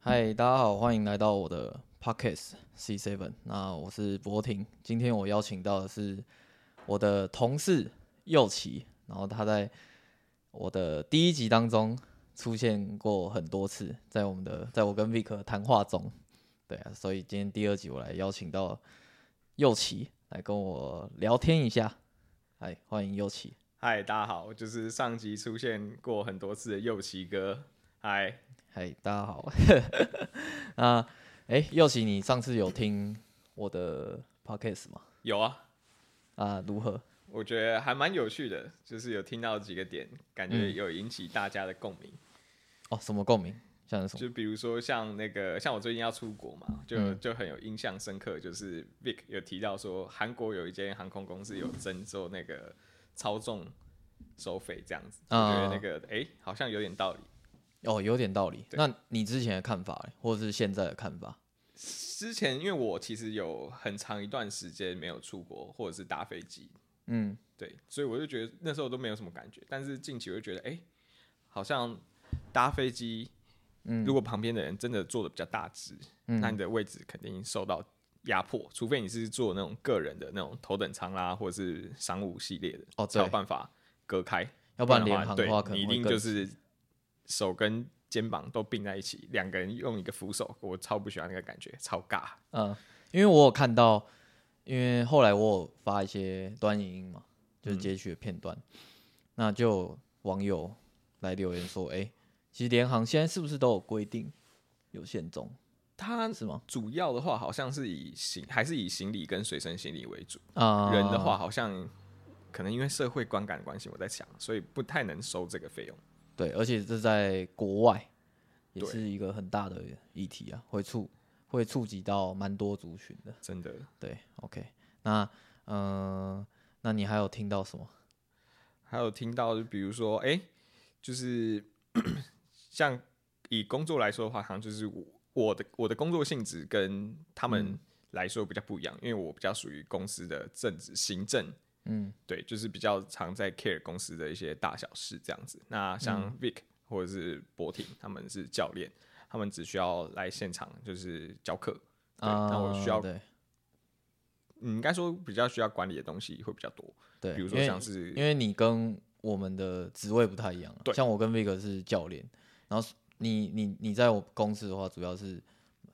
嗨，大家好，欢迎来到我的 Pockets C Seven。那我是博婷，今天我邀请到的是我的同事右奇，然后他在我的第一集当中出现过很多次，在我们的在我跟 Vic 谈话中，对啊，所以今天第二集我来邀请到右奇来跟我聊天一下。嗨，欢迎右奇。嗨，大家好，我就是上集出现过很多次的右奇哥。嗨，嗨，大家好。 那哎，右奇，你上次有听我的 podcast 吗？有啊，啊，如何？我觉得还蛮有趣的，就是有听到几个点，感觉有引起大家的共鸣。哦，什么共鸣？像是什么？就比如说像那个，像我最近要出国嘛，就、嗯就很有印象深刻，就是 Vic 有提到说，韩国有一间航空公司有征收那个操纵收费这样子，我觉得那个哎、好像有点道理。哦，有点道理。对那你之前的看法嘞，或者是现在的看法？之前因为我其实有很长一段时间没有出国或者是搭飞机，嗯，对，所以我就觉得那时候都没有什么感觉，但是近期我就觉得，哎、好像搭飞机，嗯如果旁边的人真的坐的比较大只，那你的位置肯定受到压迫，除非你是坐那种个人的那种头等舱啦，或者是商务系列的，哦才有对办法隔开，要不不然然的联话，行对的话，可能你一会定更就是手跟肩膀都并在一起，两个人用一个扶手，我超不喜欢那个感觉，超尬。嗯，因为我有看到，因为后来我有发一些短影音嘛，嗯就是截取的片段，那就有网友来留言说，哎、其实联航现在是不是都有规定有限中，它是吗？主要的话好像是以行还是以行李跟随身行李为主。啊、人的话，好像可能因为社会观感的关系，我在想，所以不太能收这个费用。对，而且这在国外也对是一个很大的议题啊，会触会触及到蛮多族群的。真的，对，OK，那嗯、呃那你还有听到什么？还有听到，就比如说，哎、就是 像以工作来说的话，好像就是我我的我的工作性质跟他们来说比较不一样，因为我比较属于公司的政治行政，嗯，对，就是比较常在 care 公司的一些大小事这样子。那像 Vic 或者是博婷，他们是教练，他们只需要来现场就是教课。对，啊、那我需要对嗯，应该说比较需要管理的东西会比较多，对，比如因说为像是因为你跟我们的职位不太一样、啊，对像我跟 Vic 是教练，然后你你你在我公司的话，主要是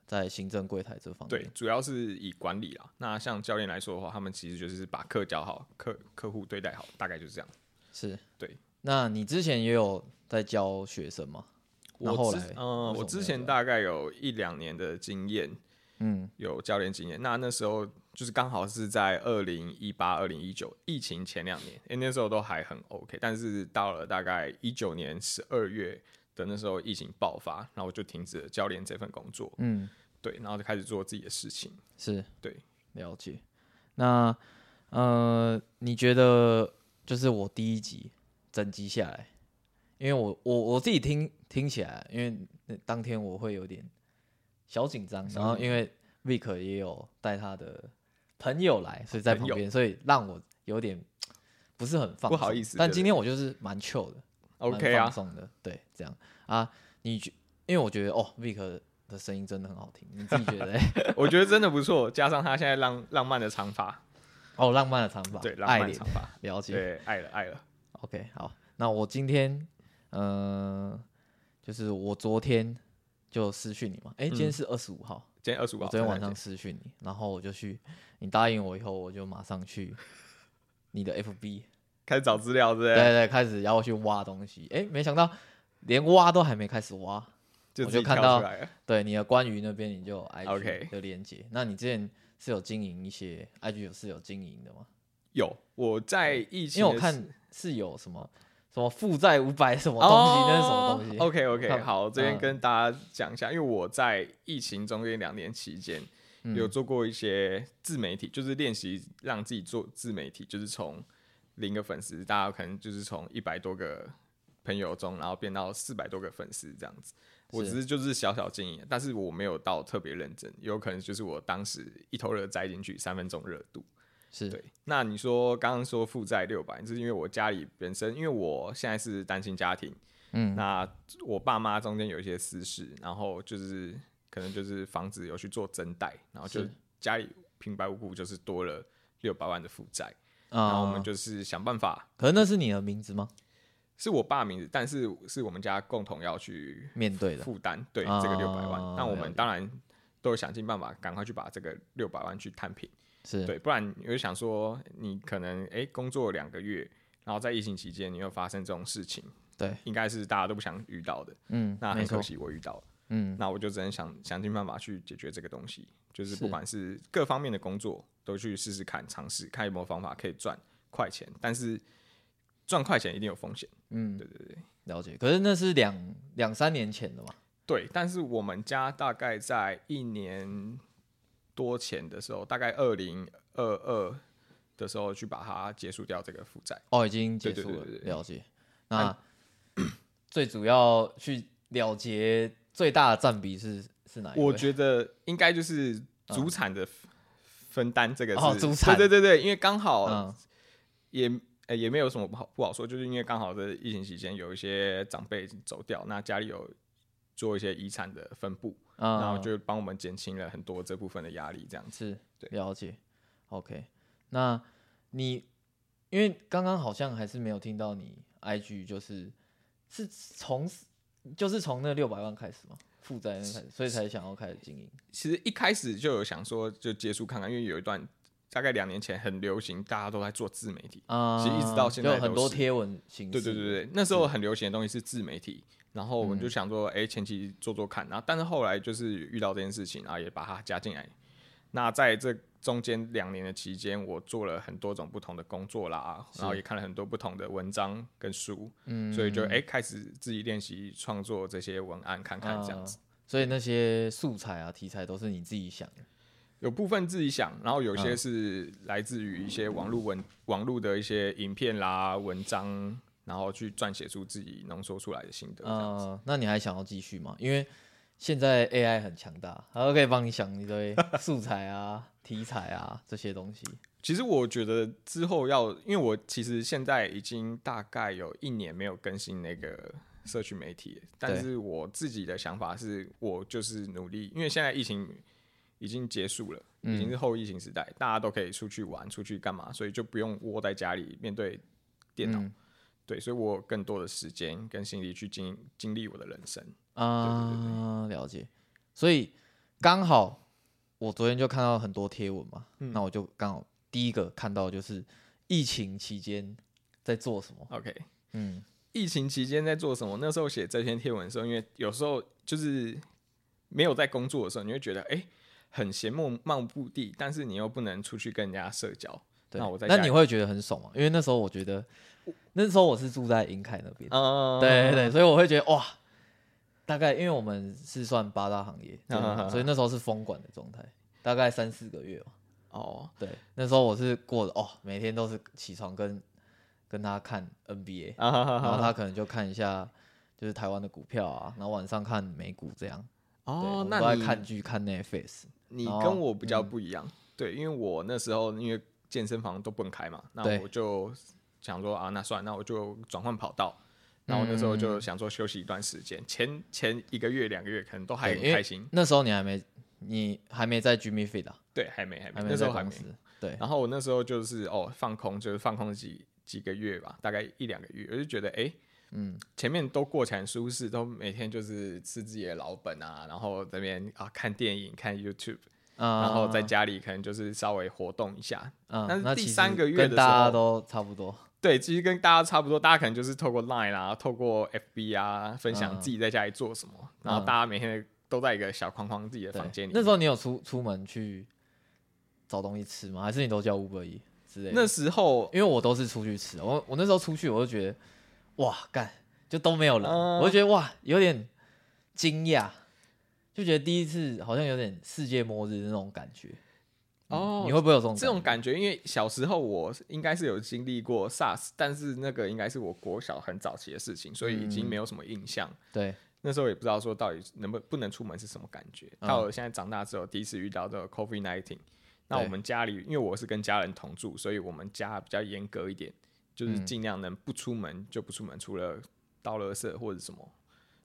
在行政柜台这方面。对，主要是以管理啦。那像教练来说的话，他们其实就是把课教好，客客户对待好，大概就是这样。是，对。那你之前也有在教学生吗？那我后之来嗯，为什么我没之有前教大概有一两年的经验，嗯，有教练经验。那那时候就是刚好是在二零一八、二零一九疫情前两年，诶那时候都还很 OK。但是到了大概一九年十二月的那时候，疫情爆发，然后我就停止了教练这份工作。嗯，对，然后就开始做自己的事情。是，对，了解。那呃，你觉得就是我第一集整集下来，因为我我我自己听听起来，因为那当天我会有点小紧张，然后因为 Vic 也有带他的朋友来，所以在旁朋友边，所以让我有点不是很放不好松意思但对不今天我就是蛮 chill 的，蛮 OK 啊放，松的，对，这样啊，你觉因为我觉得哦，Vic 的声音真的很好听，你自己觉得嘞？我觉得真的不错，加上他现在浪浪漫的长发，哦，浪漫的长发，对，浪爱漫莲长发，了解。对，爱了爱了， OK，好，那我今天，嗯、就是我昨天就私讯你嘛，嗯哎、今天是二十五号，今天二十五我号，昨天晚圣上诞节私讯你，然后我就去，你答应我以后，我就马上去你的 FB，开始找资料，对不对对？对，开始要我去挖东西，哎、没想到连挖都还没开始挖，就我自己就看跳到出来了。对你的关于那边你就有 OK IG 的连接那你之前是有经营一些 IG 有是有经营的吗？有我在疫情因为我的时，看是有什么什么负债五百什么东西，哦那是什么东西 OK 我 OK，看好，这边嗯跟大家讲一下，因为我在疫情中间两年期间，嗯有做过一些自媒体，就是练习让自己做自媒体，就是从零个粉丝，大家可能就是从一百多个朋友中，然后变到四百多个粉丝这样子。我是只是就是小小经营，但是我没有到特别认真，有可能就是我当时一头热栽进去，三分钟热度。是对，那你说刚刚说负债六百，就是因为我家里本身，因为我现在是单亲家庭，嗯那我爸妈中间有一些私事，然后就是可能就是房子有去做增贷，然后就是家里平白无故就是多了六百万的负债，然啊，后我们就是想办法，可是那是你的名字吗？是我爸名字，但是是我们家共同要去面对的，负担对啊这个六百万，那我了们解当然都想尽办法赶快去把这个六百万去摊平，是对，不然我就想说你可能诶工作两个月，然后在疫情期间你又发生这种事情，对，应该是大家都不想遇到的，嗯，那没很错可，惜我遇到了，嗯，那我就只能想想尽办法去解决这个东西，就是是不管是各方面的工作都去试试看，尝试看有没有方法可以赚快钱，但是赚快钱一定有风险，嗯对对对。了解。可是那是两两三年前的嘛，对，但是我们家大概在一年多前的时候，大概二零二二的时候去把它结束掉这个负债。哦，已经结对对束了对对，对嗯了解。那最主要去了结最大的占比是是哪一位？我觉得应该就是主产的分分担这个是、嗯哦主产对对对对，因为刚好嗯也、呃也没有什么不好不好说，就是因为刚好这疫情期间有一些长辈走掉，那家里有做一些遗产的分布，啊，然后就帮我们减轻了很多这部分的压力，这样子。是对了解。OK，那你因为刚刚好像还是没有听到你 IG 就是是从就是从那六百万开始吗？负债那开始，所以才想要开始经营。其实一开始就有想说就接触看看，因为有一段大概两年前很流行，大家都在做自媒体。啊，其实一直到现在就很都多是贴文形式，对对对对，那时候很流行的东西是自媒体，然后我们就想说，哎、前期做做看，然后但是后来就是遇到这件事情，然后也把它加进来。那在这中间两年的期间，我做了很多种不同的工作啦，然后也看了很多不同的文章跟书，嗯，所以就哎、开始自己练习创作这些文案，看看这样子。啊所以那些素材啊、题材都是你自己想的，有部分自己想，然后有些是来自于一些网络文、网络的一些影片啦、文章，然后去撰写出自己浓缩出来的心得这样子。呃，那你还想要继续吗？因为现在 AI 很强大，它都可以帮你想一堆素材啊、题材啊这些东西。其实我觉得之后要，因为我其实现在已经大概有一年没有更新那个社区媒体了，但是我自己的想法是我就是努力，因为现在疫情已经结束了，已经是后疫情时代，大家都可以出去玩、出去干嘛，所以就不用窝在家里面对电脑。嗯对，所以我有更多的时间跟心力去经经历我的人生。啊、了解。所以刚好我昨天就看到很多贴文嘛，那我就刚好第一个看到就是疫情期间在做什么。 OK，嗯，疫情期间在做什么？那时候写这篇贴文的时候，因为有时候就是没有在工作的时候，你会觉得哎、诶很闲漫漫无目的，但是你又不能出去跟人家社交。对。那我在那家你里会觉得很爽吗？因为那时候我觉啊得，那时候我是住在银凯那边，嗯，对对对，所以我会觉得哇，大概因为我们是算八大行业，嗯嗯嗯所以那时候是封管的状态，大概三四个月吧。哦，对，那时候我是过的哦，每天都是起床跟跟他看 NBA，啊哈哈然后哈他可能就看一下就是台湾的股票啊，然后晚上看美股这样。对我哦，们都那在你看哦嗯剧看 Netflix，你然后跟我比较不一样，对，因为我那时候因为健身房都不能开嘛，那对我就想说啊，那算，那我就转换跑嗯道。然后那时候就想说休息一段时间，前前一个月两个月可能都还对很因为开心，那时候你还没你还没在 Jimmy Fit 啊，对，还没还没还没那时在候还公没司。，对，然后我那时候就是哦放空，就是放空几几个月吧，大概一两个月，我就觉得哎，嗯，前面都过起来很舒适，都每天就是吃自己的老本啊，然后这边啊看电影、看 YouTube，啊然后在家里可能就是稍微活动一下，嗯，但是那第其实三个月跟的大时家候都差不多，对，其实跟大家差不多，大家可能就是透过 Line 啊，透过 FB 啊，分嗯享自己在家里做什么，然后大家每天都在一个小框框自己的对房间里那面。时候你有出出门去找东西吃吗？还是你都叫 Uber E 之类的？那时候，因为我都是出去吃，我我那时候出去我就觉得，哇，干就都没有人，嗯我就觉得哇有点惊讶，就觉得第一次好像有点世界末日那种感觉。哦你会不会有这种这种觉感觉，因为小时候我应该是有经历过 SARS，但是那个应该是我国小很早期的事情，所以已经嗯没有什么印象。对那时候也不知道说到底能不不能出门是什么感觉。嗯到了现在长大之后，第一次遇到这个 COVID nineteen，那我们家里因为我是跟家人同嗯住，所以我们家比较严格一点，就是尽量能不出门就不出门，除了倒垃圾或者什么。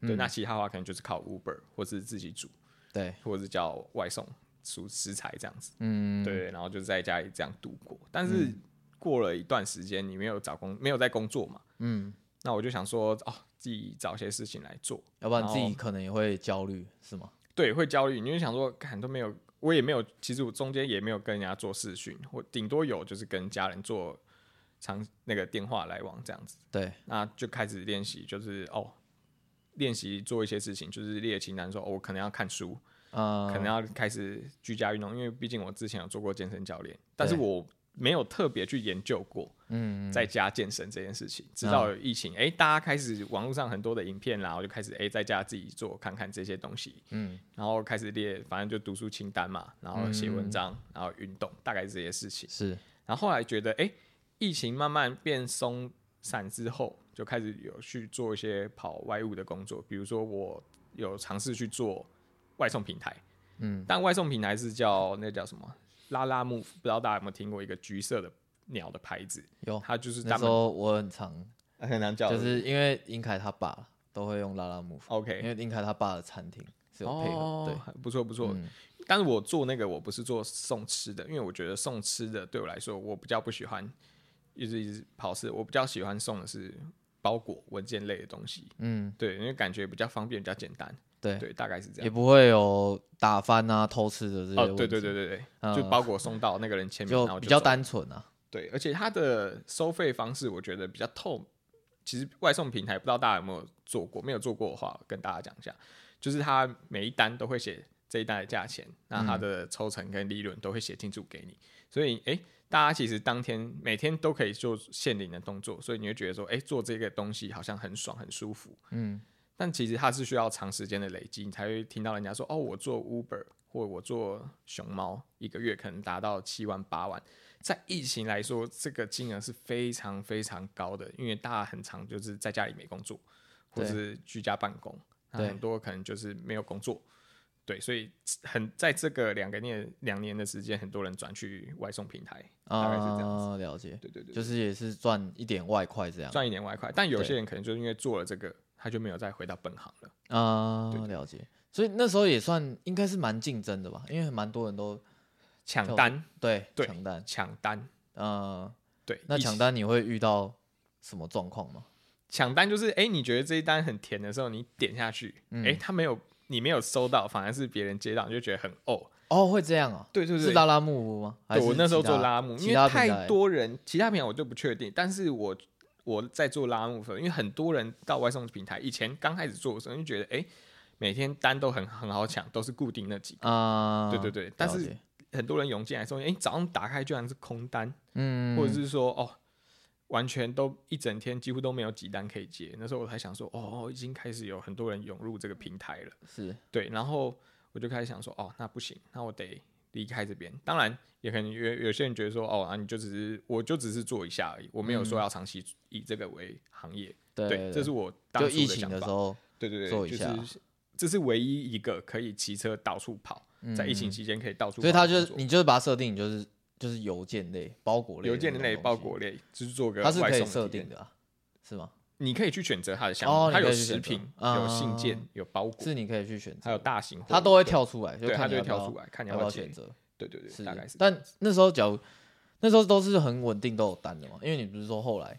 嗯对，那其他的话可能就是靠 Uber 或是自己煮，对，或者是叫外送蔬食材这样子。嗯，对，然后就在家里这样度过。但是过了一段时间，你没有找工，没有在工作嘛，嗯，那我就想说，哦，自己找些事情来做。要不然然自己后可能也会焦虑，是吗？对，会焦虑，你就想说，看都没有，我也没有，其实我中间也没有跟人家做视讯，我顶多有就是跟家人做长那个电话来往这样子。对，那就开始练习，就是哦，练习做一些事情，就是列清单说，哦，我可能要看书，啊、可能要开始居家运动，因为毕竟我之前有做过健身教练，但是我没有特别去研究过嗯，在家健身这件事情。直到有疫情，哎、大家开始网络上很多的影片啦，我就开始哎、诶在家自己做看看这些东西，嗯，然后开始列，反正就读书清单嘛，然后写嗯文章，然后运动，大概这些事情。是，然后后来觉得，哎、疫情慢慢变松散之后，就开始有去做一些跑外务的工作，比如说我有尝试去做外送平台，嗯，但外送平台是叫那叫什么拉拉木，不知道大家有没有听过一个橘色的鸟的牌子，有。它就是哦那他时们候我很常，很难叫就是因为英凯他爸都会用拉拉木，因 OK。哦为英凯他爸的餐厅是有配合，对，，不错不错。嗯但是我做那个我不是做送吃的，因为我觉得送吃的对我来说我比较不喜欢，一直一直跑事，我比较喜欢送的是包裹文件类的东西。嗯，对，因为感觉比较方便，比较简单。对，对，大概是这也样。不会有打翻啊、偷吃的这些哦问，题，对对对对对，嗯就包裹送到那个人签名，然后就比较走了。单纯啊，对，而且它的收费方式我觉得比较透。其实外送平台不知道大家有没有做过，没有做过的话，跟大家讲一下，就是它每一单都会写这一单的价钱，那它的抽成跟利润都会写清楚给你。所以，诶，大家其实当天每天都可以做限领的动作，所以你会觉得说，诶，做这个东西好像很爽很舒服。嗯，但其实它是需要长时间的累积，你才会听到人家说哦，我做 Uber 或者我做熊猫，一个月可能达到七万八万。在疫情来说，这个金额是非常非常高的，因为大家很常就是在家里没工作，或对是居家办公，那对很多可能就是没有工作，对，所以很在这个两个年两年的时间，很多人转去外送平台，大概是这样子。啊，了解，对对对，对就是也是赚一点外快这样，赚一点外快，但有些对人可能就是因为做了这个，他就没有再回到本行了。啊对，对了解。所以那时候也算应该是蛮竞争的吧，因为蛮多人都抢跳单，对对抢单，抢单，呃，对，那一抢起单你会遇到什么状况吗？抢单就是，哎、你觉得这一单很甜的时候，你点下去，哎、嗯他没有，你没有收到，反而是别人接到，你就觉得很哦，哦，会这样啊？对对是对，拉拉木吗？还对是我那时候其他做拉木，其因他为平台太多人，其他平台我就不确定，但是我我在做拉木粉，因为很多人到外送平台，以前刚开始做的时候就觉得，哎、每天单都很很好抢，都是固定那几个，啊，对对对，但了是解很多人涌进来说，哎、早上打开居然是空单，嗯，或者是说哦，完全都一整天几乎都没有几单可以接。那时候我才想说，哦，已经开始有很多人涌入这个平台了。是对，然后我就开始想说，哦，那不行，那我得离开这边。当然，也可能有有些人觉得说，哦，啊，你就只是我就只是做一下而已，我没有说要长期以这个为行业。嗯对对，这是我当就初疫情想的时法。候，对对对，做一就下是这是唯一一个可以骑车到处跑，在疫情期间可以到处嗯所跑的以他工就作。是你就是把它设定，你就是就是邮件类、包裹类、邮件类、包裹，类，就是做个它是外可以送设的体验定的、啊，是吗？你可以去选择它的项目，哦它你有可以去食选择品、啊有信件、有包裹，是你可以去选择，还有大型货，它都会跳出来，就对，它看你就会要不要跳出来，看你要不不要接选。择。对对是对，大概是。但那时候假如那时候都是很稳定都有单的嘛，因为你不是说后来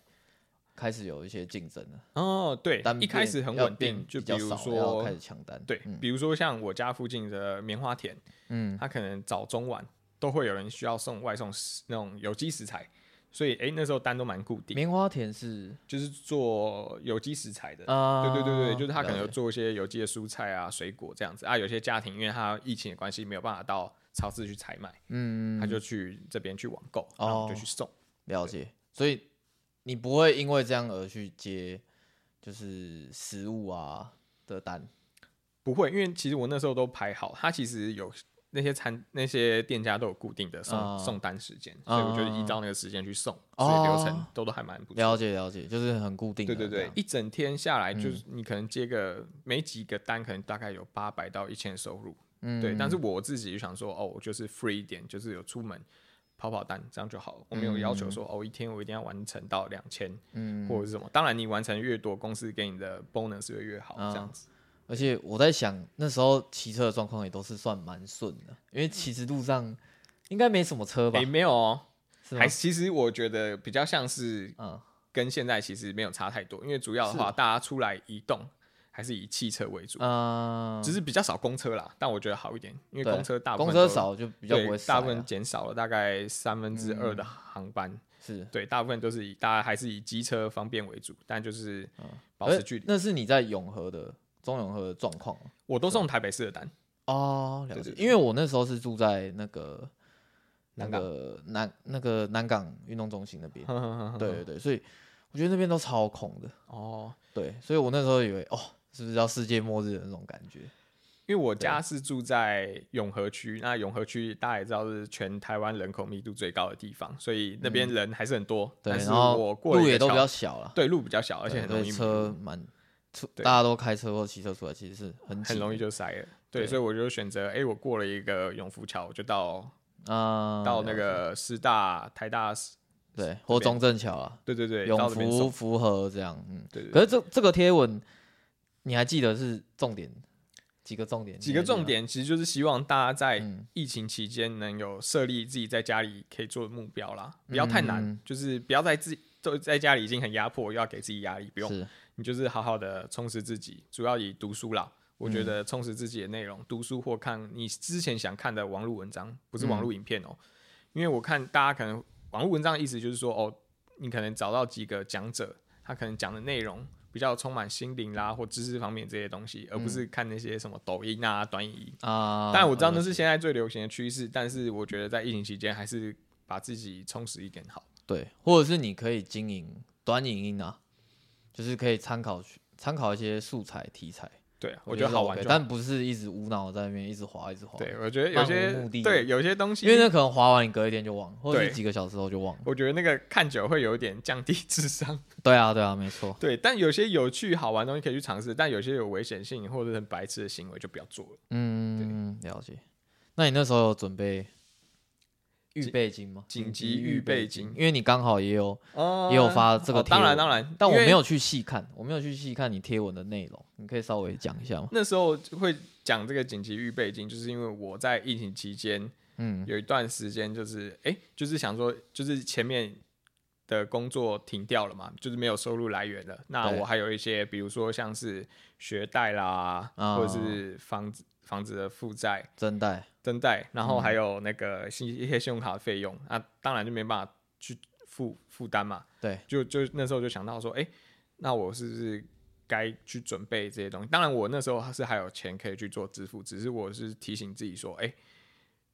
开始有一些竞争了，哦，对单，一开变始很要稳变定，就比比较如少要开说始，抢单，对，比如说像我家附近的棉花田，嗯，它可能早中晚都会有人需要送外送食那种有机食材，所以哎，那时候单都蛮固定，棉花田是就是做有机食材的。啊，对对对对，就是他可能了有解做一些有机的蔬菜啊、水果这样子啊。有些家庭因为他疫情的关系，没有办法到超市去采买，嗯他就去这边去网购，哦然后我们就去送。了解，所以你不会因为这样而去接就是食物啊的单，不会，因为其实我那时候都排好，他其实有那些餐那些店家都有固定的送、啊送单时间，啊所以我觉得依照那个时间去送，所以流程哦都都还蛮不错。了解了解，就是很固定的对这对样，对，一整天下来，就是嗯你可能接个没几个单，可能大概有八百到一千收入。嗯对，但是我自己就想说，哦，我就是 free 一点，就是有出门跑跑单，这样就好了。我没有要求说、哦，一天我一定要完成到两千，嗯，或者是什么。当然，你完成越多，公司给你的 bonus 会越好，啊这样子。而且我在想，那时候骑车的状况也都是算蛮顺的，因为其实路上应该没什么车吧诶，？没有哦，是吗还？其实我觉得比较像是嗯，跟现在其实没有差太多，因为主要的是话，哦大家出来移动还是以汽车为主，啊，只是比较少公车啦。但我觉得好一点，因为对公车大部公分车都，少就比较对不会塞大部分啊。嗯减少了大概三分之二的航班。是，对，大部分都是以大家还是以机车方便为主，但就是嗯保可持是距离。那是你在永和的中永和的状况吗我都送台北市的单， 哦，了对解对。对因为我那时候是住在那个那南港个南那个南港运动中心那边，对对对对，所以我觉得那边都超空的。哦，对，所以我那时候以为哦，是不是要世界末日的那种感觉？因为我家是住在永和区，那永和区大家也知道是全台湾人口密度最高的地方，所以那边人还是很多，嗯对，但是然后我过了路一个也都比桥较小了，对路比较小，而对且很所以容易迷车路蛮出，对大家都开车或骑车出来，其实是很很容易就塞了。对，对所以我就选择，哎、我过了一个永福桥，我就到啊、到那了解个师大、台大，对或边中正桥啊，对对对，永到那边福送。福和这样，嗯。对对可是对，这这个贴文，你还记得是重点几个重点？几你个还记得重吗，点其实就是希望大家在嗯，疫情期间能有设立自己在家里可以做的目标啦，不要太难，嗯就是不要在自己都在家里已经很压迫，又要给自己压力，不用，是你就是好好的充实自己，主要以读书啦。我嗯觉得充实自己的内容，读书或看你之前想看的网络文章，不嗯是网络影片哦、因为我看大家可能网络文章的意思就是说，哦，你可能找到几个讲者，他可能讲的内容比较充满心灵啦或知识方面这些东西，而不是看那些什么抖音啊、短影音。嗯啊。当然我知道那了是解现在最流行的趋势，但是我觉得在疫情期间还是把自己充实一点好。对，或者是你可以经营短影音啊，就是可以参考去参考一些素材题材，对啊，我觉得好玩是就 OK，好。但不是一直无脑在那边一直滑一直滑。对，我觉得有漫无目些的对有些东西，因为那可能滑完你隔一天就忘了，或者对是几个小时后就忘了。我觉得那个看久会有一点降低智商。对啊，对啊，没错。对，但有些有趣好玩的东西可以去尝试，但有些有危险性或者很白痴的行为就不要做了。嗯，了解。那你那时候有准备预备金吗？紧急预备金因为你刚好也有哦也有发这个哦贴当然文当然，但我因为没有去细看，我没有去细看你贴文的内容，你可以稍微讲一下吗？那时候会讲这个紧急预备金，就是因为我在疫情期间嗯，有一段时间就是哎、诶就是想说，就是前面的工作停掉了嘛，就是没有收入来源了。那对我还有一些，比如说像是学贷啦，哦或者是房子房子的负债、真贷增贷，然后还有那个信一些信用卡的费用，那、当然就没办法去负负担嘛。对，就就那时候就想到说，哎、那我是不是该去准备这些东西？当然，我那时候是还有钱可以去做支付，只是我是提醒自己说，哎、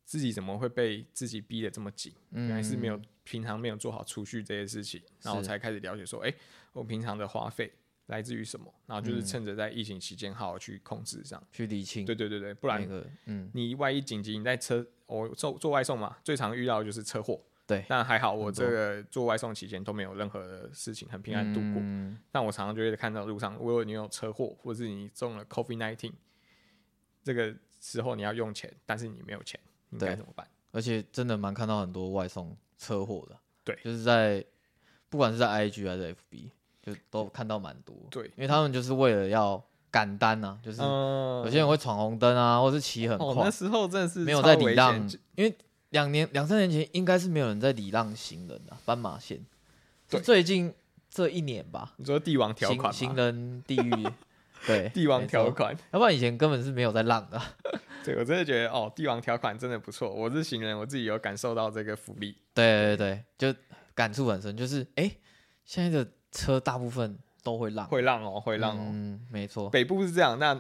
自己怎么会被自己逼得这么紧？原来是没有平常没有做好储蓄这些事情，然后我才开始了解说，哎、我平常的花费来自于什么？然后就是趁着在疫情期间好好去控制这样。去理清对对对对，不那然个，嗯，你万一紧急你在车，我、做做外送嘛，最常遇到的就是车祸。对，但还好，我这个做外送期间都没有任何的事情，很平安度过。嗯但我常常就会看到路上，如果你有车祸，或是你中了 COVID nineteen，这个时候你要用钱，但是你没有钱，你该对怎么办？而且真的蛮看到很多外送车祸的，对就是在不管是在 IG 还是 FB，就都看到蛮多，对因为他们就是为了要赶单啊，就是嗯有些人会闯红灯啊，或是骑很哦，那快，时候真的是没有超在礼危让险就，因为两年两三年前应该是没有人在礼让行人的、斑马线，是对最近这一年吧，你说帝王条行款行嘛，人地 狱，对，帝王没错条，款，要不然以前根本是没有在让的啊，对我真的觉得哦，帝王条款真的不错。我是行人，我自己有感受到这个福利。对对对，就感触很深，就是哎、诶现在的车大部分都会让，会让哦，会让哦。嗯，没错，北部是这样，那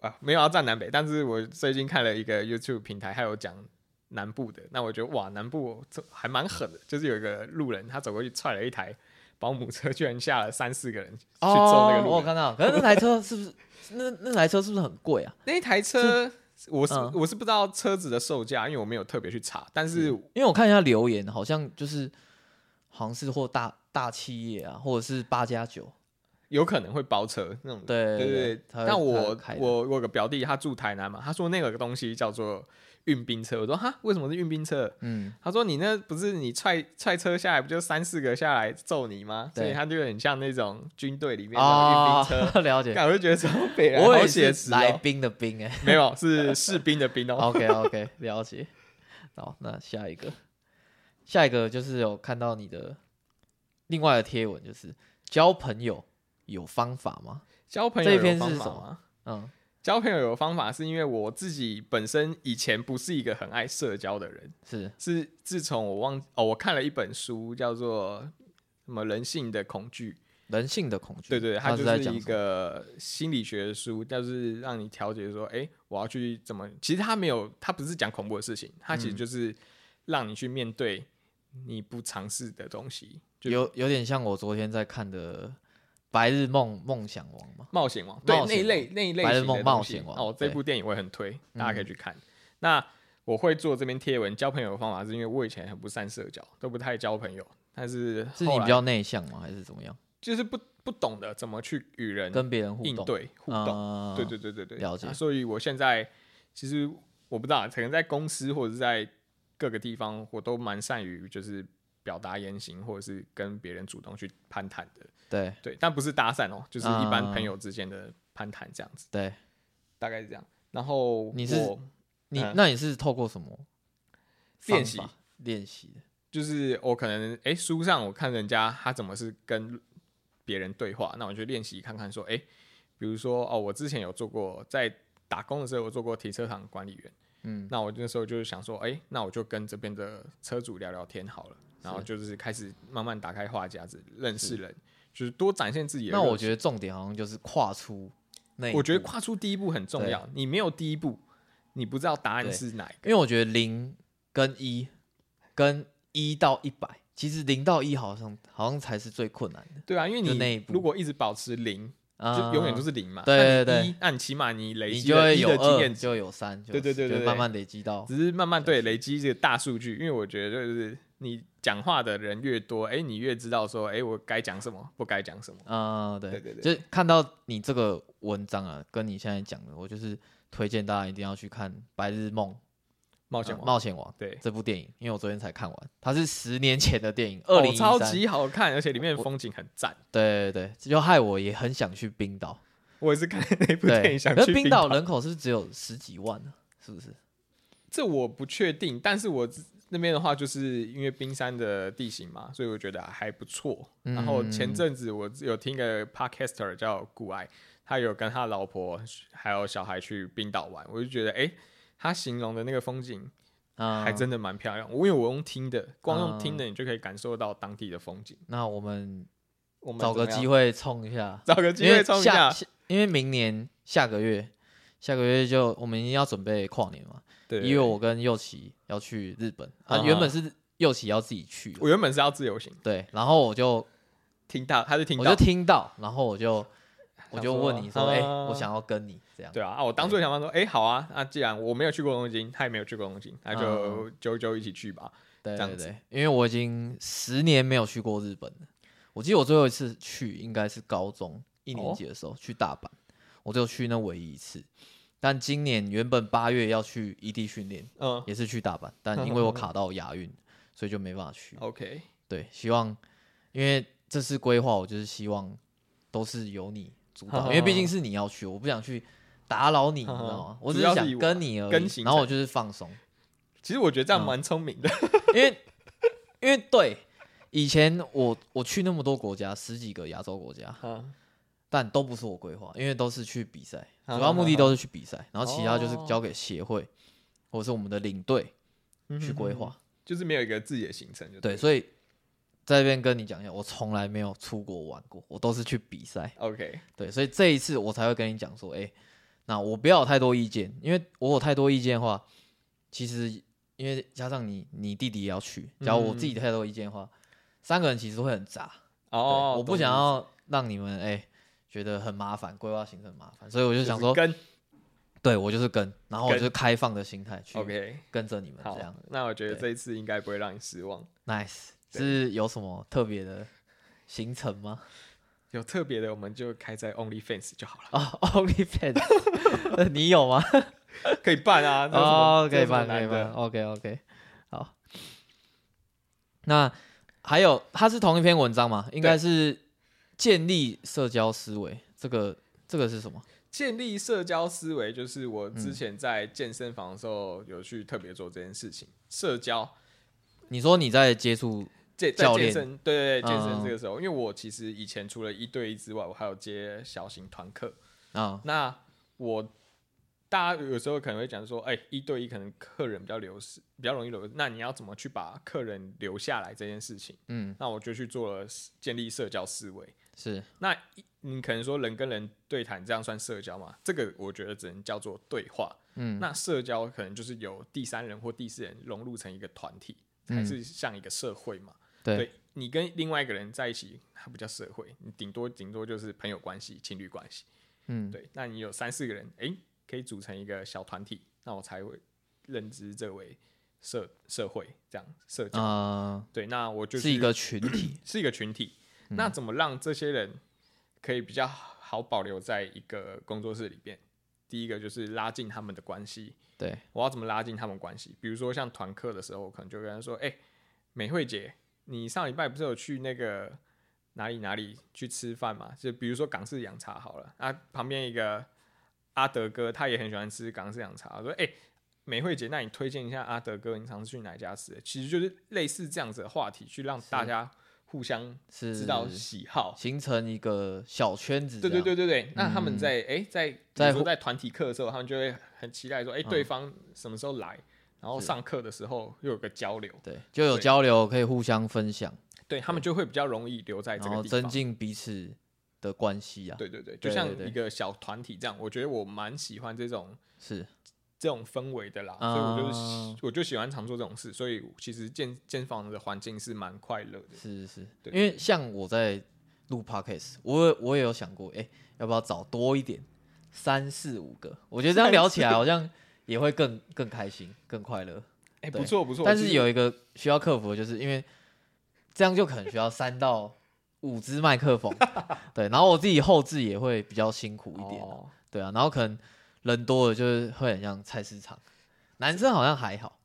啊没有要站南北，但是我最近看了一个 YouTube 平台，还有讲南部的，那我觉得哇，南部这还蛮狠的，就是有一个路人他走过去踹了一台保姆车，居然吓了三四个人去哦，揍那个路我有人。看到，可是那台车是不是那那台车是不是很贵啊？那一台车我是、嗯我是不知道车子的售价，因为我没有特别去查，但是因为我看一下留言，好像就是好像是或大大企业啊，或者是八加九，有可能会包车那种。对对对对。他会但他会我开的我我有个表弟，他住台南嘛，他说那个东西叫做运兵车。我说哈，为什么是运兵车？嗯，他说你那不是你踹踹车下来，不就三四个下来揍你吗？所对以他就很像那种军队里面啊的运兵 车。，了解。干我就觉得超北啊，我好也写是实来哦。宾的宾哎、没有，是士兵的兵哦。 OK OK，了解。好，那下一个，下一个就是有看到你的另外的贴文，就是交朋友有方法吗？交朋友这篇有方是法什么吗？嗯，交朋友有方法，是因为我自己本身以前不是一个很爱社交的人，是是自从我忘哦，我看了一本书叫做什么《人性的恐惧》，人性的恐惧。对对，他它就是在讲一什么个心理学的书，就是让你调节说，哎、我要去怎么？其实它没有，它不是讲恐怖的事情，它其实嗯就是让你去面对你不尝试的东西，就有有点像我昨天在看的《白日梦梦想王》嘛。冒险王，对冒那一险类那一类白日型的梦冒东西险王哦，这对嗯部电影我也很推，大家可以去看。那我会做这边贴文交朋友的方法，是因为我以前很不善社交，都不太交朋友，但是是后你来比较内向吗？还是怎么样？就是不不懂得怎么去与人跟别人互应动？对互动，啊对对对对对，了解啊所以我现在其实我不知道，可能在公司或者是在各个地方，我都蛮善于就是表达言行，或者是跟别人主动去攀谈的。对对，但不是搭讪哦，就是一般啊朋友之间的攀谈这样子。对，大概是这样。然后你是我你、嗯那你是透过什么练方习法练习的？就是我可能哎、诶书上我看人家他怎么是跟别人对话，那我就练习看看说哎、诶比如说哦，我之前有做过在打工的时候我做过停车场管理员，嗯，那我那时候就是想说哎、诶那我就跟这边的车主聊聊天好了，然后是就是开始慢慢打开话匣子认识人，就是多展现自己的热那情。我觉得重点好像就是跨出那一我觉得步跨出第一步很重要，你没有第一步，你不知道答案对是哪一因为我觉得零跟一，跟一到一百，其实零到一好像好像才是最困难的个，对啊，因为就那一你步如果一直保持零。啊，就永远都是零嘛。对那对你对一，那你起码你累你积就了会一有的经二，验值，就有三，就对对对就对对慢慢累积到，只是慢慢对累积这个大数据。因为我觉得就是你讲话的人越多，哎，你越知道说，哎，我该讲什么，不该讲什么。啊、对对，对对就是看到你这个文章啊，跟你现在讲的，我就是推荐大家一定要去看《白日梦嗯冒冒险王，冒险王》对，这部电影，因为我昨天才看完，它是十年前的电影，二哦零一超三，级好看，而且里面的风景很赞。对对对，这就害我也很想去冰 岛，我也是看那部电对，影想可去是冰岛岛，人口是不是只有十几万呢、是不是？这我不确定，但是我自。那边的话，就是因为冰山的地形嘛，所以我觉得还不错。嗯然后前阵子我有听一个 podcaster 叫古埃，他有跟他老婆还有小孩去冰岛玩，我就觉得，哎、他形容的那个风景啊、还真的蛮漂亮。我因为我用听的，光用嗯听的你就可以感受到当地的风景。啊那我们我们找个怎么机样，会冲一下，找个机会冲因一为下下。下因为明年下个月，下个月就我们要准备跨年嘛，对，因为我跟佑琪要去日本，啊，啊原本是佑琪要自己去的，我原本是要自由行，对，然后我就听到他就听我到就，听到，然后我就我就问你说，啊哎、我想要跟你这样，对啊，啊，我当初想法说，哎、好啊，那既然我没有去过东京，他也没有去过东京，那嗯就九九一起去吧。对这样对子对，因为我已经十年没有去过日本了。我记得我最后一次去应该是高中一年哦级的时候、去大阪，我就去那唯一一次。但今年原本八月要去异地训练，嗯也是去大阪，但因为我卡到亚运，所以就没办法去。 ，OK， 对，希望因为这次规划，我就是希望都是由你主导，因为毕 竟是你要去，我不想去打扰你，你知道吗？我只主要是以想我跟你而跟已，行然后我程就是放松。其实我觉得嗯这样蛮聪明的。因为因为对以前我我去那么多国家，十几个亚洲国家， 嗯，但都不是我规划，因为都是去比赛，主啊要目的都是去比赛，然后啊其他就是交给协会或者是我们的领队嗯去规划。就是没有一个自己的行程就对，了所以在这边跟你讲一下，我从来没有出国玩过，我都是去比赛。 OK，对，所以这一次我才会跟你讲说，哎、那我不要有太多意见，因为我有太多意见的话，其实因为加上你你弟弟也要去，假如我自己嗯太多意见的话，三个人其实会很杂。哦，对我不懂想你要让你们哎、觉得很麻烦，规划行程很麻烦，所以我就意思想说，就是跟对我就是跟，然后我跟就是开放的心态去 OK，跟着你们好这样。，那我觉得对这一次应该不会让你失望。 Nice，对是有什么特别的行程吗？ 有特别的，我们就开在 OnlyFans 就好了，啊，OnlyFans，呃 你有吗？可以办啊，这有什么哦，可以办，这可以有什办么难的，OK OK，好。那还有，它是同一篇文章嘛？应该是建立社交思维，这个这个是什么？建立社交思维，就是我嗯之前在健身房的时候有去特别做这件事情。社交你说你在接触健在教健练身，对对对，健身嗯这个时候，因为我其实以前除了一对一之外，我还有接小型团课。啊，那我大家有时候可能会讲说，哎、一对一可能客人比较流失，比较容易流失。那你要怎么去把客人留下来这件事情？嗯，那我就去做了建立社交思维。是那一你可能说人跟人对谈这样算社交吗？这个我觉得只能叫做对话。嗯，那社交可能就是由第三人或第四人融入成一个团体，还是像一个社会嘛？嗯对你跟另外一个人在一起，它不叫社会，你顶多顶多就是朋友关系、情侣关系。嗯，对，那你有三四个人，诶，可以组成一个小团体，那我才会认知这为社社会这样社交。啊，对，那我就是一个嗯群体是一个群体。那怎么让这些人可以比较好保留在一个工作室里边？第一个就是拉近他们的关系，对，我要怎么拉近他们关系？比如说像团课的时候，我可能就跟他说：“哎、美惠姐，你上礼拜不是有去那个哪里哪里去吃饭嘛？就比如说港式洋茶好了，啊，旁边一个阿德哥他也很喜欢吃港式洋茶，我说：哎、美惠姐，那你推荐一下阿德哥，你常去哪一家吃？其实就是类似这样子的话题，去让大家互相是知道喜好。形成一个小圈子，对对，对对对，那他嗯们在哎、在比在如说互在团体课的时候，他们就会很期待说，哎、对方什么时候来，然后上课的时候又有个交流，对，就有对交流，可以互相分享，对他们就会比较容易留在这然个后地增方。进彼此的关系啊，对对对，对就像对一个小团体这样，我觉得我蛮喜欢这种是这种氛围的啦，啊所以我就是喜我就喜欢常做这种事，所以其实健健身房的环境是蛮快乐的。是是，是，对因为像我在录 podcast，我也我也有想过，哎、要不要找多一点，三四五个？我觉得这样聊起来好像也会更更开心、更快乐。哎、对不错不错，但其是实有一个需要克服的，就是因为这样就可能需要三到五支麦克 风，对，然后我自己后置也会比较辛苦一点啊、哦对啊，然后可能人多了就是会很像菜市场，男生好像还好。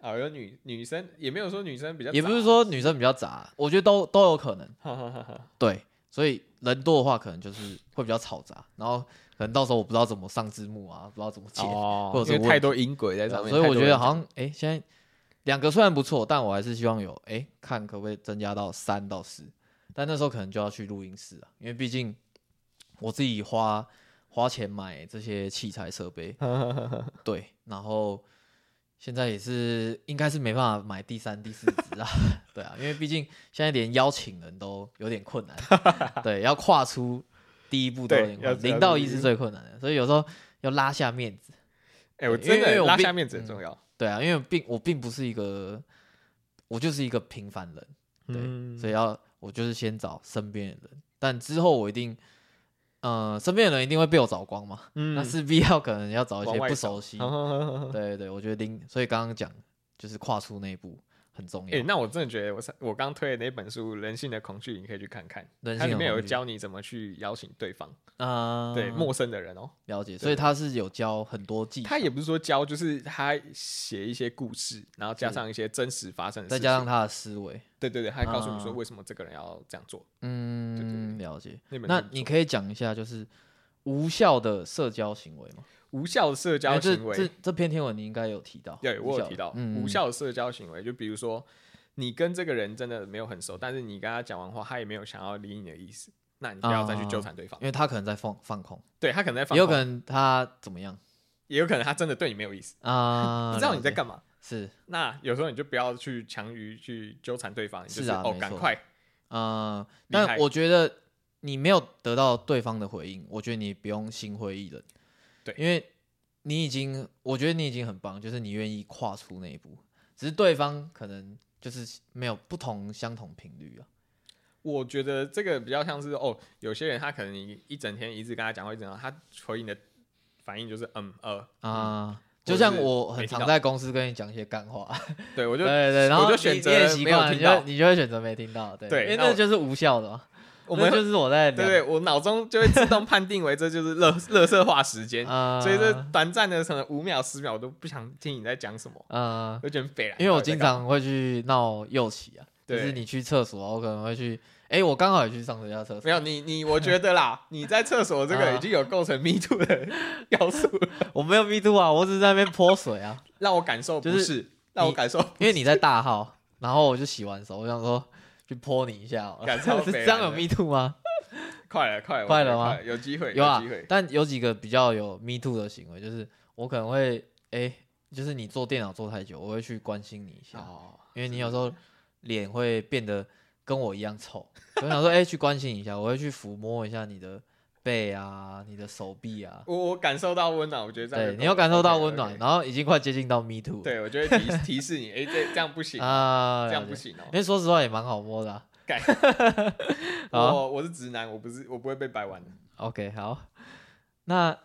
啊，有女女生也没有说女生比较杂，也不是说女生比较杂，我觉得都都有可能。 哈哈哈哈，对，所以人多的话，可能就是会比较嘈杂，然后可能到时候我不知道怎么上字幕啊，不知道怎么切，或哦者因为是太多音轨在上面，所以我觉得好。好像哎、诶现在两个虽然不错，但我还是希望有哎、诶看可不可以增加到三到四，但那时候可能就要去录音室啊，因为毕竟我自己花花钱买这些器材设 备，对，然后现在也是应该是没办法买第三、第四支啊， 对啊，因为毕竟现在连邀请人都有点困 难，对，要跨出第一步都有对点要困难，零要到注一意是最困难的，所以有时候要拉下面子，哎、我对真因为因为的我拉并下面子很重要。对啊，因为并我并不是一个，我就是一个平凡人，对，嗯所以要我就是先找身边的人，但之后我一定，呃，身边的人一定会被我找光嘛，嗯那势必要可能要找一往些外不找熟 悉，哎、对对对，我觉得零，所以刚刚讲就是跨出那一步很重要。哎那我真的觉得我上我刚推的那本书《人性的恐惧》，你可以去看看，人它性里的面有恐惧教你怎么去邀请对方，啊、对陌生的人哦、了解，所以他是有教很多技巧，他也不是说教，就是他写一些故事，然后加上一些真实发生的事再情，加上他的思维，对对对，他还告诉你说啊为什么这个人要这样做。嗯，对对了解。那本那书不你错可以讲一下，就是无效的社交行为吗？无效的社因为交哎这行为，这这篇天文你应该有提到，对，无我效有提的到嗯，无效的社交行为，就比如说你跟这个人真的没有很熟，但是你跟他讲完话，他也没有想要理你的意思，那你不要再去纠缠对方，因为他可能在放放空，对他可能在放空，哦也有可能他怎么样也有可能他真的对你没有意思，啊？ 你知道你了在解干嘛。是那有时候你就不要去强于去纠缠对方，你就是是啊哦，没赶错快，啊、呃厉害但我觉得你没有得到对方的回应，我觉得你不用心灰意冷，对因为你已经，我觉得你已经很棒，就是你愿意跨出那一步，只是对方可能就是没有不同相同频率啊，我觉得这个比较像是哦，有些人他可能你一整天一直跟他讲话，一整天他回应的反应就是嗯呃，啊、或者就是像我很没听常到在公司跟你讲一些干话，对我就对对，然我后就你选你也择习没有惯了，你听就到，你就会选择没听到，对，对因为那那我就是无效的嘛，我那们就是我在对聊对，我脑中就会自动判定为这就是 乐乐色化时间，啊，所以这短暂的可能五秒十秒，我都不想听你在讲什么，呃，我就觉得很北因为我经常会去闹右起啊，就对是你去厕所啊，我可能会去，哎，我刚好也去上人家厕所， 没有你你，我觉得 啦，你在厕所这个啊已经有构成 me too 的要素 了，我没有 me too 啊，我只是在那边泼水啊，让我感受不就是是，让我感受因为你在大号，然后我就洗完手，我想说去泼你一下好了，感 超是北这蓝样有的 me too 吗？快了快了快我觉得了吗快有机会有啊机会，，但有几个比较有 me too 的行为，就是我可能会哎、诶就是你坐电脑坐太久，我会去关心你一下，哦，因为你有时候脸会变得跟我一样臭，所以我想说哎、诶去关心一下，我会去抚摸一下你的背啊，你的手臂啊，我我感受到温暖，我觉得这样就对，够你有了感受到 OK，OK 温暖，然后已经快接近到 me too 了对我就会提提示你，哎，这这样不行， 啊，这样了不解，行哦因。为说实话也蛮好摸的啊、，干好我我是直男，我不是我不会被掰弯的。 OK，好，那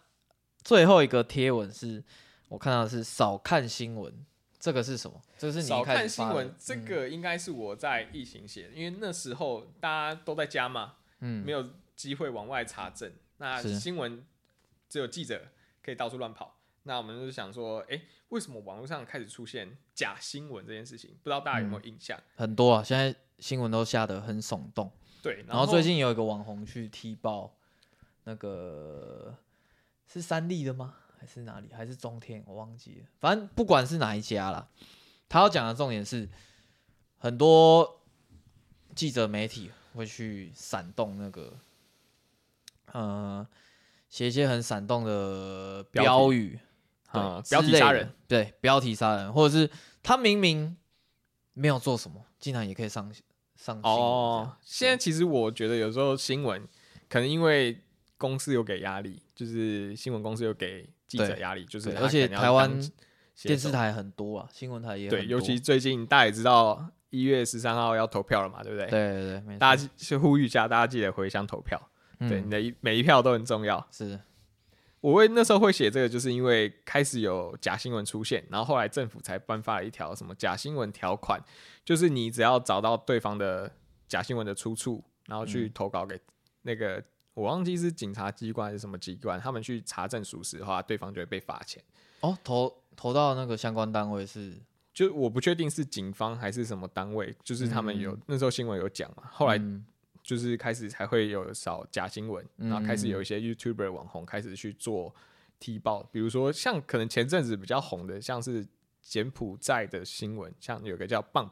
最后一个贴文是我看到的是少看新闻，这个是什么？这是你少一开看始新发的嗯闻，这个应该是我在疫情写的，因为那时候大家都在家嘛，嗯没有机会往外查证，那是新闻只有记者可以到处乱跑。那我们就想说，哎、为什么网络上开始出现假新闻这件事情？不知道大家有没有印象？很多啊，现在新闻都下得很耸动，对，然后最近有一个网红去踢爆那个是三立的吗？还是哪里？还是中天？我忘记了，反正不管是哪一家啦，他要讲的重点是很多记者媒体会去闪动那个，呃，写一些很闪动的标题标语，对啊，之标题类杀的人，，对，标题杀人，或者是他明明没有做什么，竟然也可以上上新闻这样哦，现在其实我觉得有时候新闻可能因为公司有给压力，就是新闻公司有给记者对压力，就是对他而且可能要台湾当写电视手台很多啊，新闻台也很对，多尤其最近大家也知道一月十三号要投票了嘛，对不对？对，对对，没错哎大家是呼吁一下，大家记得回乡投票，对你嗯的一每一票都很重要。是我为那时候会写这个，就是因为开始有假新闻出现，然后后来政府才颁发了一条什么假新闻条款，就是你只要找到对方的假新闻的出处，然后嗯去投稿给那个、我忘记是警察机关还是什么机关，他们去查证属实的话，对方就会被罚钱。哦，投投到那个相关单位是就我不确定是警方还是什么单位，就是他们有、那时候新闻有讲嘛，后来嗯就是开始才会有少假新闻，嗯然后开始有一些 YouTuber 网红开始去做踢爆，比如说像可能前阵子比较红的，像是柬埔寨的新闻，像有个叫 Bump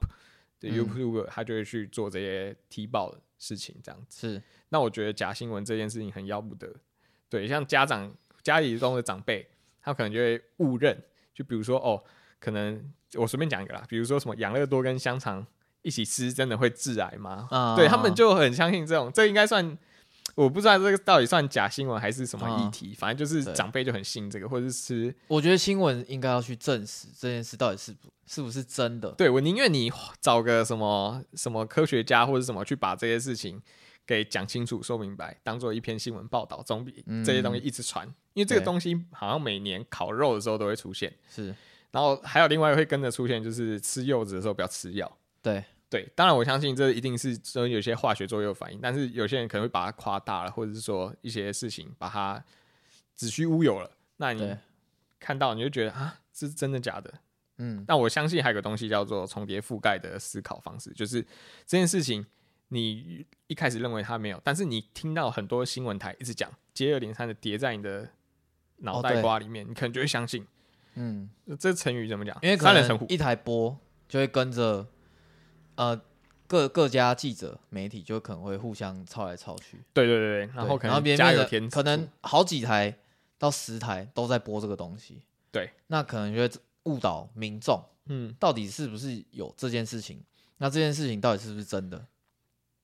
的嗯 YouTuber，、他就会去做这些踢爆的事情，这样子。是那我觉得假新闻这件事情很要不得，对，像家长家里中的长辈，他可能就会误认，就比如说哦，可能我随便讲一个啦，比如说什么养乐多跟香肠一起吃真的会致癌吗？啊对他们就很相信这种，这应该算。我不知道这个到底算假新闻还是什么议题，反正就是对长辈就很信这个，或者是吃。我觉得新闻应该要去证实这件事到底是不是不是真的，对我宁愿你找个什么什么科学家或者什么去把这些事情给讲清楚、说明白，当做一篇新闻报道，总比嗯这些东西一直传。因为这个对东西好像每年烤肉的时候都会出现，是然后还有另外会跟着出现，就是吃柚子的时候不要吃药。对对，当然我相信这一定是真的有一些化学作用反应，但是有些人可能会把它夸大了，或者是说一些事情把它子虚乌有了。那你对，看到你就觉得啊，这是真的假的？嗯那我相信还有个东西叫做重叠覆盖的思考方式，就是这件事情你一开始认为它没有，但是你听到很多新闻台一直讲接二连三的叠在你的脑哦袋对瓜里面，你可能就会相信。嗯，这成语怎么讲？因为可三人成虎能。一台播就会跟着呃各各家记者媒体就可能会互相抄来抄去，对对对对，然对后可然后能别家人有的天可子能好几台到十台都在播这个东西，对，那可能就会误导民众嗯，到底是不是有这件事情，那这件事情到底是不是真的？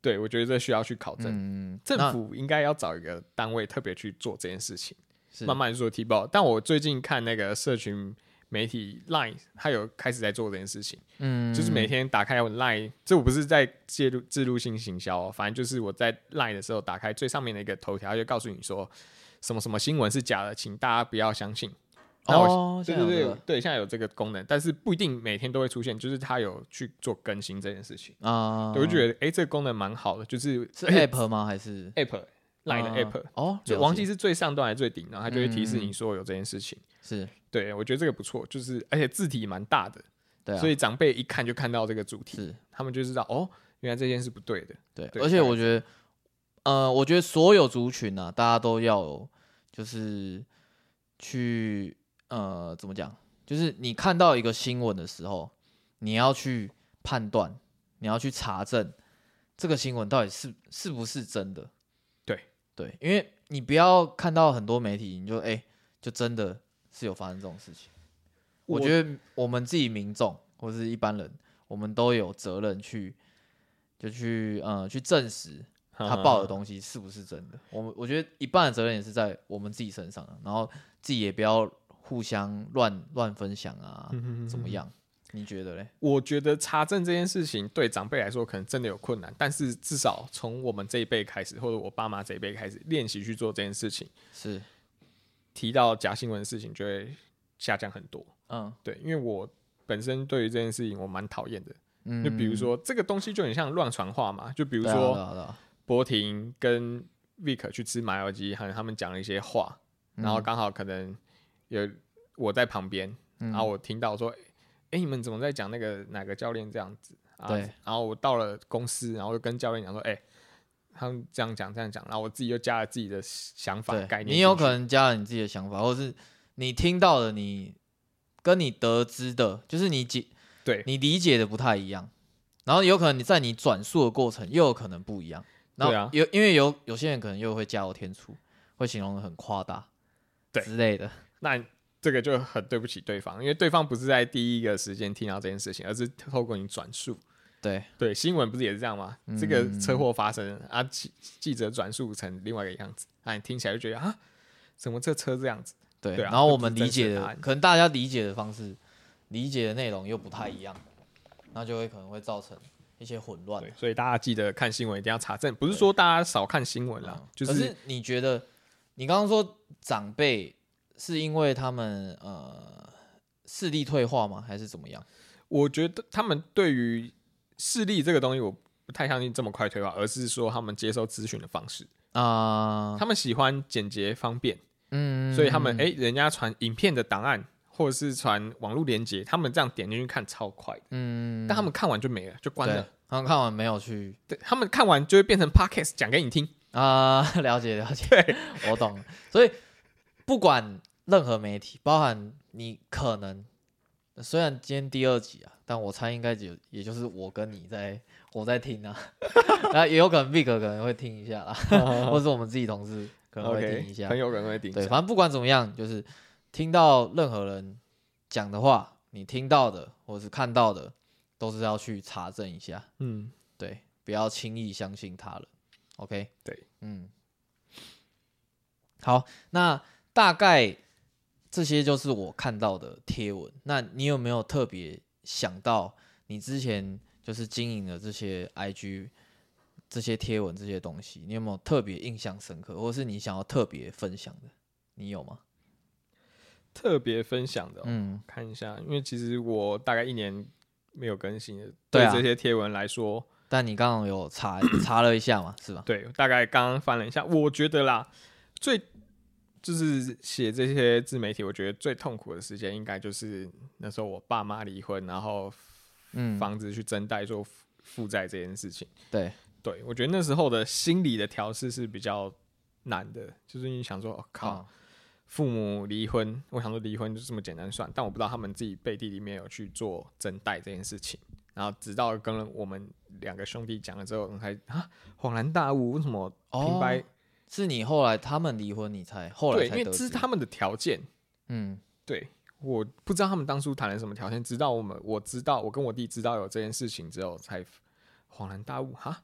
对，我觉得这需要去考证。嗯，政那府应该要找一个单位特别去做这件事情，是慢慢做踢爆。但我最近看那个社群媒体 Line，它有开始在做这件事情。嗯，就是每天打开我 Line，这我不是在介入植入性行销、哦，反正就是我在 Line 的时候打开最上面的一个头条，它就告诉你说什么什么新闻是假的，请大家不要相信。那我哦，对现在对有这对个对，现在有这个功能，但是不一定每天都会出现，就是它有去做更新这件事情。啊，对我就得哎觉得哎、诶这个功能蛮好的，就是是 app 吗？还是 app 来的 app，、啊哦，就了忘解记是最上端还是最顶，然后它就会提示嗯你说有这件事情。是，对，我觉得这个不错，就是而且字体蛮大的，对啊，所以长辈一看就看到这个主题，是他们就知道哦，原来这件事不对的。对，对而且大概我觉得，呃，我觉得所有族群呢、啊，大家都要有就是去呃，怎么讲？就是你看到一个新闻的时候，你要去判断，你要去查证这个新闻到底是是不是真的。对对，因为你不要看到很多媒体，你就哎、就真的是有发生这种事情。我我觉得我们自己民众或是一般人，我们都有责任去就去呃去证实嗯他报的东西是不是真的。我们我觉得一半的责任也是在我们自己身上啊，然后自己也不要互相乱乱分享啊，嗯怎么样？你觉得嘞？我觉得查证这件事情对长辈来说可能真的有困难，但是至少从我们这一辈开始，或者我爸妈这一辈开始练习去做这件事情，是，提到假新闻的事情就会下降很多。嗯对，因为我本身对于这件事情我蛮讨厌的，嗯，就比如说这个东西就很像乱传话嘛，就比如对啊，说对啊对啊博婷跟 Vic 去吃麻油鸡，还有他们讲了一些话，然嗯后刚好可能有我在旁边，然嗯后我听到说，哎、诶你们怎么在讲那个哪个教练这样子？啊对然后我到了公司，然后就跟教练讲说，哎、他们这样讲这样讲，然后我自己又加了自己的想法对概念进去，你有可能加了你自己的想法，或是你听到的你跟你得知的，就是你解对你理解的不太一样，然后有可能你在你转述的过程又有可能不一样。然对啊后有因为有有些人可能又会加油添醋，会形容的很夸大，对之类的，那这个就很对不起对方，因为对方不是在第一个时间听到这件事情，而是透过你转述。对对，新闻不是也是这样吗？这个嗯车祸发生了啊，记记者转述成另外一个样子，啊，你听起来就觉得啊，怎么这车这样子？对。对啊然后这我不们是理真实解答的，案可能大家理解的方式、理解的内容又不太一样，那就会可能会造成一些混乱对。，所以大家记得看新闻一定要查证，不是说大家少看新闻啦嗯，就可是是你觉得，你刚刚说长辈是因为他们呃视力退化吗？还是怎么样？我觉得他们对于视力这个东西，我不太相信这么快退化，而是说他们接收资讯的方式，啊、他们喜欢简洁方便，嗯所以他们哎、人家传影片的档案或者是传网络连接，他们这样点进去看超快的，嗯但他们看完就没了，就关对了。他们看完没有去对他们看完就会变成 podcast 讲给你听。啊、 了解了解， 我懂了。所以不管任何媒体，包含你可能，虽然今天第二集啊，但我猜应该也也就是我跟你在我在听 啊，那也有可能 Vic 可能会听一下啦， 或是我们自己同事可能会听一啊 OK，下。很有人会听一对，下。反正不管怎么样，就是听到任何人讲的话，你听到的或者是看到的，都是要去查证一下。嗯，对，不要轻易相信他人。OK，对，嗯，好，那大概这些就是我看到的贴文。那你有没有特别想到你之前就是经营的这些 IG 这些贴文这些东西，你有没有特别印象深刻，或是你想要特别分享的？你有吗？特别分享的哦、嗯，看一下，因为其实我大概一年没有更新了。对啊这些贴文来说，但你刚刚有查 查了一下嘛，是吧？对，大概刚刚翻了一下，我觉得啦，最就是写这些自媒体，我觉得最痛苦的时间应该就是那时候我爸妈离婚，然后嗯，房子去增贷做负负债这件事情。对，对我觉得那时候的心理的调试是比较难的，就是你想说，哦、靠。嗯，父母离婚，我想说离婚就这么简单算，但我不知道他们自己背地里面有去做增贷这件事情。然后直到跟我们两个兄弟讲了之后，我才啊恍然大悟，为什么平白、哦是你后来他们离婚，你才后来对，才因得为知这是他们的条件，嗯对，我不知道他们当初谈了什么条件，直到我们我知道我跟我弟知道有这件事情之后，才恍然大悟，哈，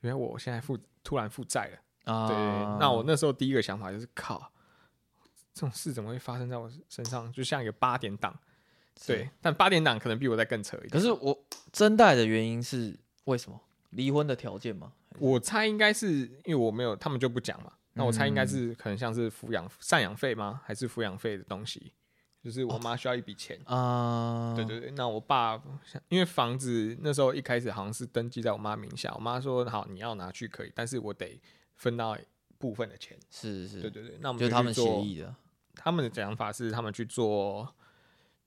原来我现在负突然负债了。啊，对，那我那时候第一个想法就是靠，这种事怎么会发生在我身上？就像一个八点档，是对，但八点档可能比我再更扯一点。可是我真贷的原因是为什么？离婚的条件吗？我猜应该是因为我没有，他们就不讲嘛。那我猜应该嗯是可能像是抚养赡养费吗？还是抚养费的东西？就是哦我妈需要一笔钱。啊，对，对对，那我爸因为房子那时候一开始好像是登记在我妈名下，我妈说好你要拿去可以，但是我得分到部分的钱。是是，对对对，那我们就去他们协做议的，他们的讲法是他们去做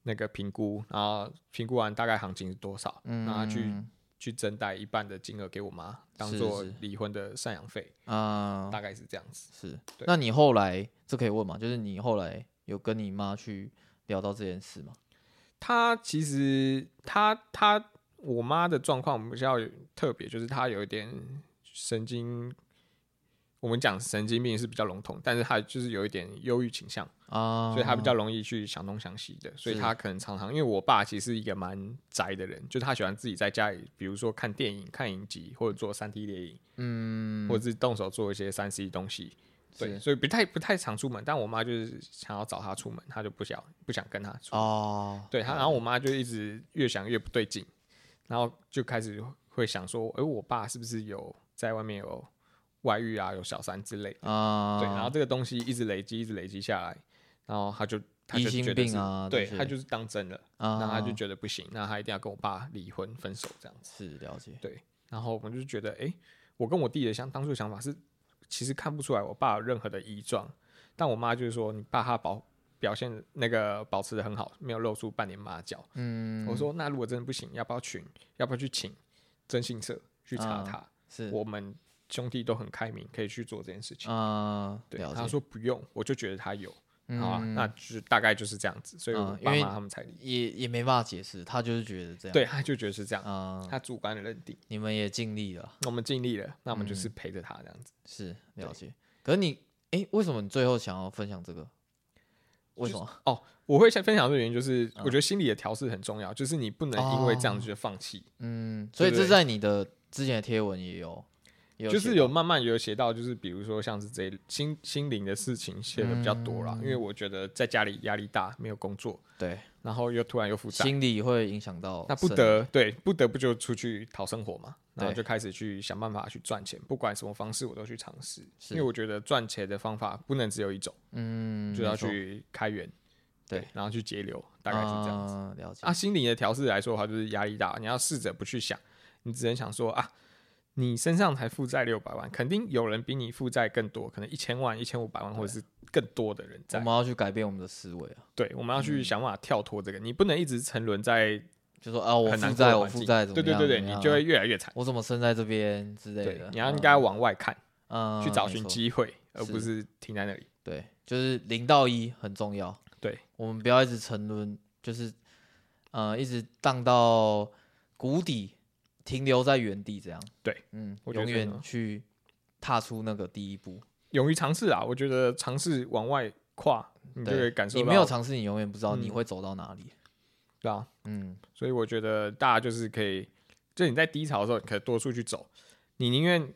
那个评估，然后评估完大概行情是多少，嗯，然后去去增贷一半的金额给我妈，当是做是离婚的赡养费，啊，大概是这样子。是。对那你后来这可以问吗？就是你后来有跟你妈去聊到这件事吗？她其实她她我妈的状况比较特别，就是她有一点神经。我们讲神经病是比较笼统，但是她就是有一点忧郁倾向，啊，所以她比较容易去想东想西的，所以是她可能常常，因为我爸其实是一个蛮宅的人，就是他喜欢自己在家里，比如说看电影、看影集，或者做三 D 猎影，嗯，或者是动手做一些三 C 东西。对，是所以不太不太常出门，但我妈就是想要找他出门，他就不想不想跟他出门。哦，对他，然后我妈就一直越想越不对劲，然后就开始会想说，哎、我爸是不是有在外面有外遇啊，有小三之类的？啊，对，然后这个东西一直累积，一直累积下来，然后他就他疑就心觉得病是啊对这些他就是当真了，啊，那他就觉得不行，那他一定要跟我爸离婚分手这样子。是了解，然后我们就觉得，哎、我跟我弟的想当初想法是，其实看不出来我爸有任何的异状，但我妈就是说，你爸他保表现那个保持的很好，没有露出半点马脚。嗯，我说那如果真的不行，要不要请，要不要去请征信社去查啊他？是我们兄弟都很开明，可以去做这件事情。啊，对，了他解，说不用，我就觉得他有，好啊，嗯那就是大概就是这样子，所以我嗯因爸为妈他们才离，也也没办法解释，他就是觉得这样，对，他就觉得是这样，啊，他主观的认定，你们也尽力了，我们尽力了，那我嗯们就是陪着他这样子。是了解。可是你，哎，为什么你最后想要分享这个？为什么？我会先分享这个原因，就是嗯我觉得心理的调试很重要，就是你不能因为这样子就放弃，嗯，所以对这在你的之前的贴文也有，也就写是有慢慢有写到，就是比如说像是这一心心灵的事情写的比较多啦，嗯因为我觉得在家里压力大，没有工作，对然后又突然又复杂，心理会影响到啊那不生得对不得不就出去讨生活嘛，然后对就开始去想办法去赚钱，不管什么方式我都去尝试，是因为我觉得赚钱的方法不能只有一种，嗯，就要没错去开源，对，然后去节流，大概是这样子。啊了解啊，心理的调试来说的话，就是压力大，你要试着不去想，你只能想说啊，你身上才负债六百万，肯定有人比你负债更多，可能一千万、一千五百万或者是更多的人我在们。要去改变我们的思维啊，对，我们要去想办法跳脱这个，你不能一直沉沦在就说啊，我很难负过债，的我环负境。债怎么对对样？对对，怎么你样就会越来越惨。我怎么生在这边之类对的？，你要应嗯该往外看，嗯去找没寻错机会，而是不是停在那里。对，就是零到一很重要。对，我们不要一直沉沦，就是呃一直荡到谷底，停留在原地这样。对，嗯，我觉得永真远的去踏出那个第一步。勇于尝试啊，我觉得尝试往外跨，你就对会感受到你没有尝试，你永远不知道你嗯会走到哪里。对啊。嗯，所以我觉得大家就是可以，就你在低潮的时候，你可以多出去走，你宁愿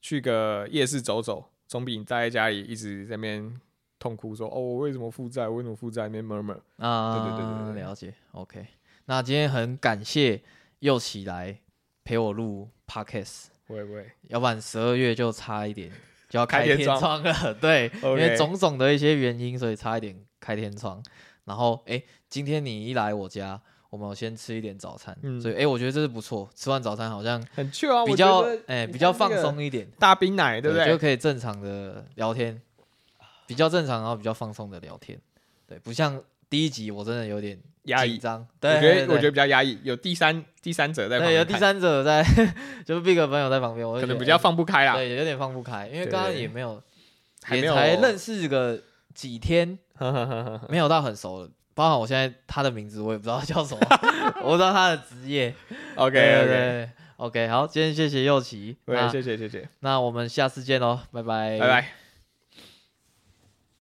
去个夜市走走，总比你待在家里一直在那边痛哭说哦，我为什么负债，我为什么负债，那边 murmur。啊，对对对对对了解。OK，那今天很感谢又起来陪我录 Podcast，不会不会，要不然十二月就差 一点就要开开天天窗窗了。 对因为 OK 种种的一些原因，所以差一点开天窗。然后哎、诶今天你一来我家，我们有先吃一点早餐，嗯所以哎、诶我觉得这是不错。吃完早餐好像很 c 啊，比我较觉哎得、诶你比较看放这个松一点，大冰奶，对不就对？可以正常的聊天，比较正常，然后比较放松的聊天。对，不像第一集我真的有点压紧抑，张，对我觉对得我觉得对比较压抑，有第三第三者在旁对边有第看三者在， 就是 Big 的朋友在旁边，我就可能觉比得较诶放不开啦，对，有点放不开，因为啊对刚刚对也没有，还也没有才 认识 个几天，识，没有到很熟了。包含我现在他的名字我也不知道叫 什么，我不知道他的职业。 OK 对 OK，对 OK，好，今天谢谢右奇，哎对，那谢谢谢谢，那我们下次见喽，拜拜，拜拜。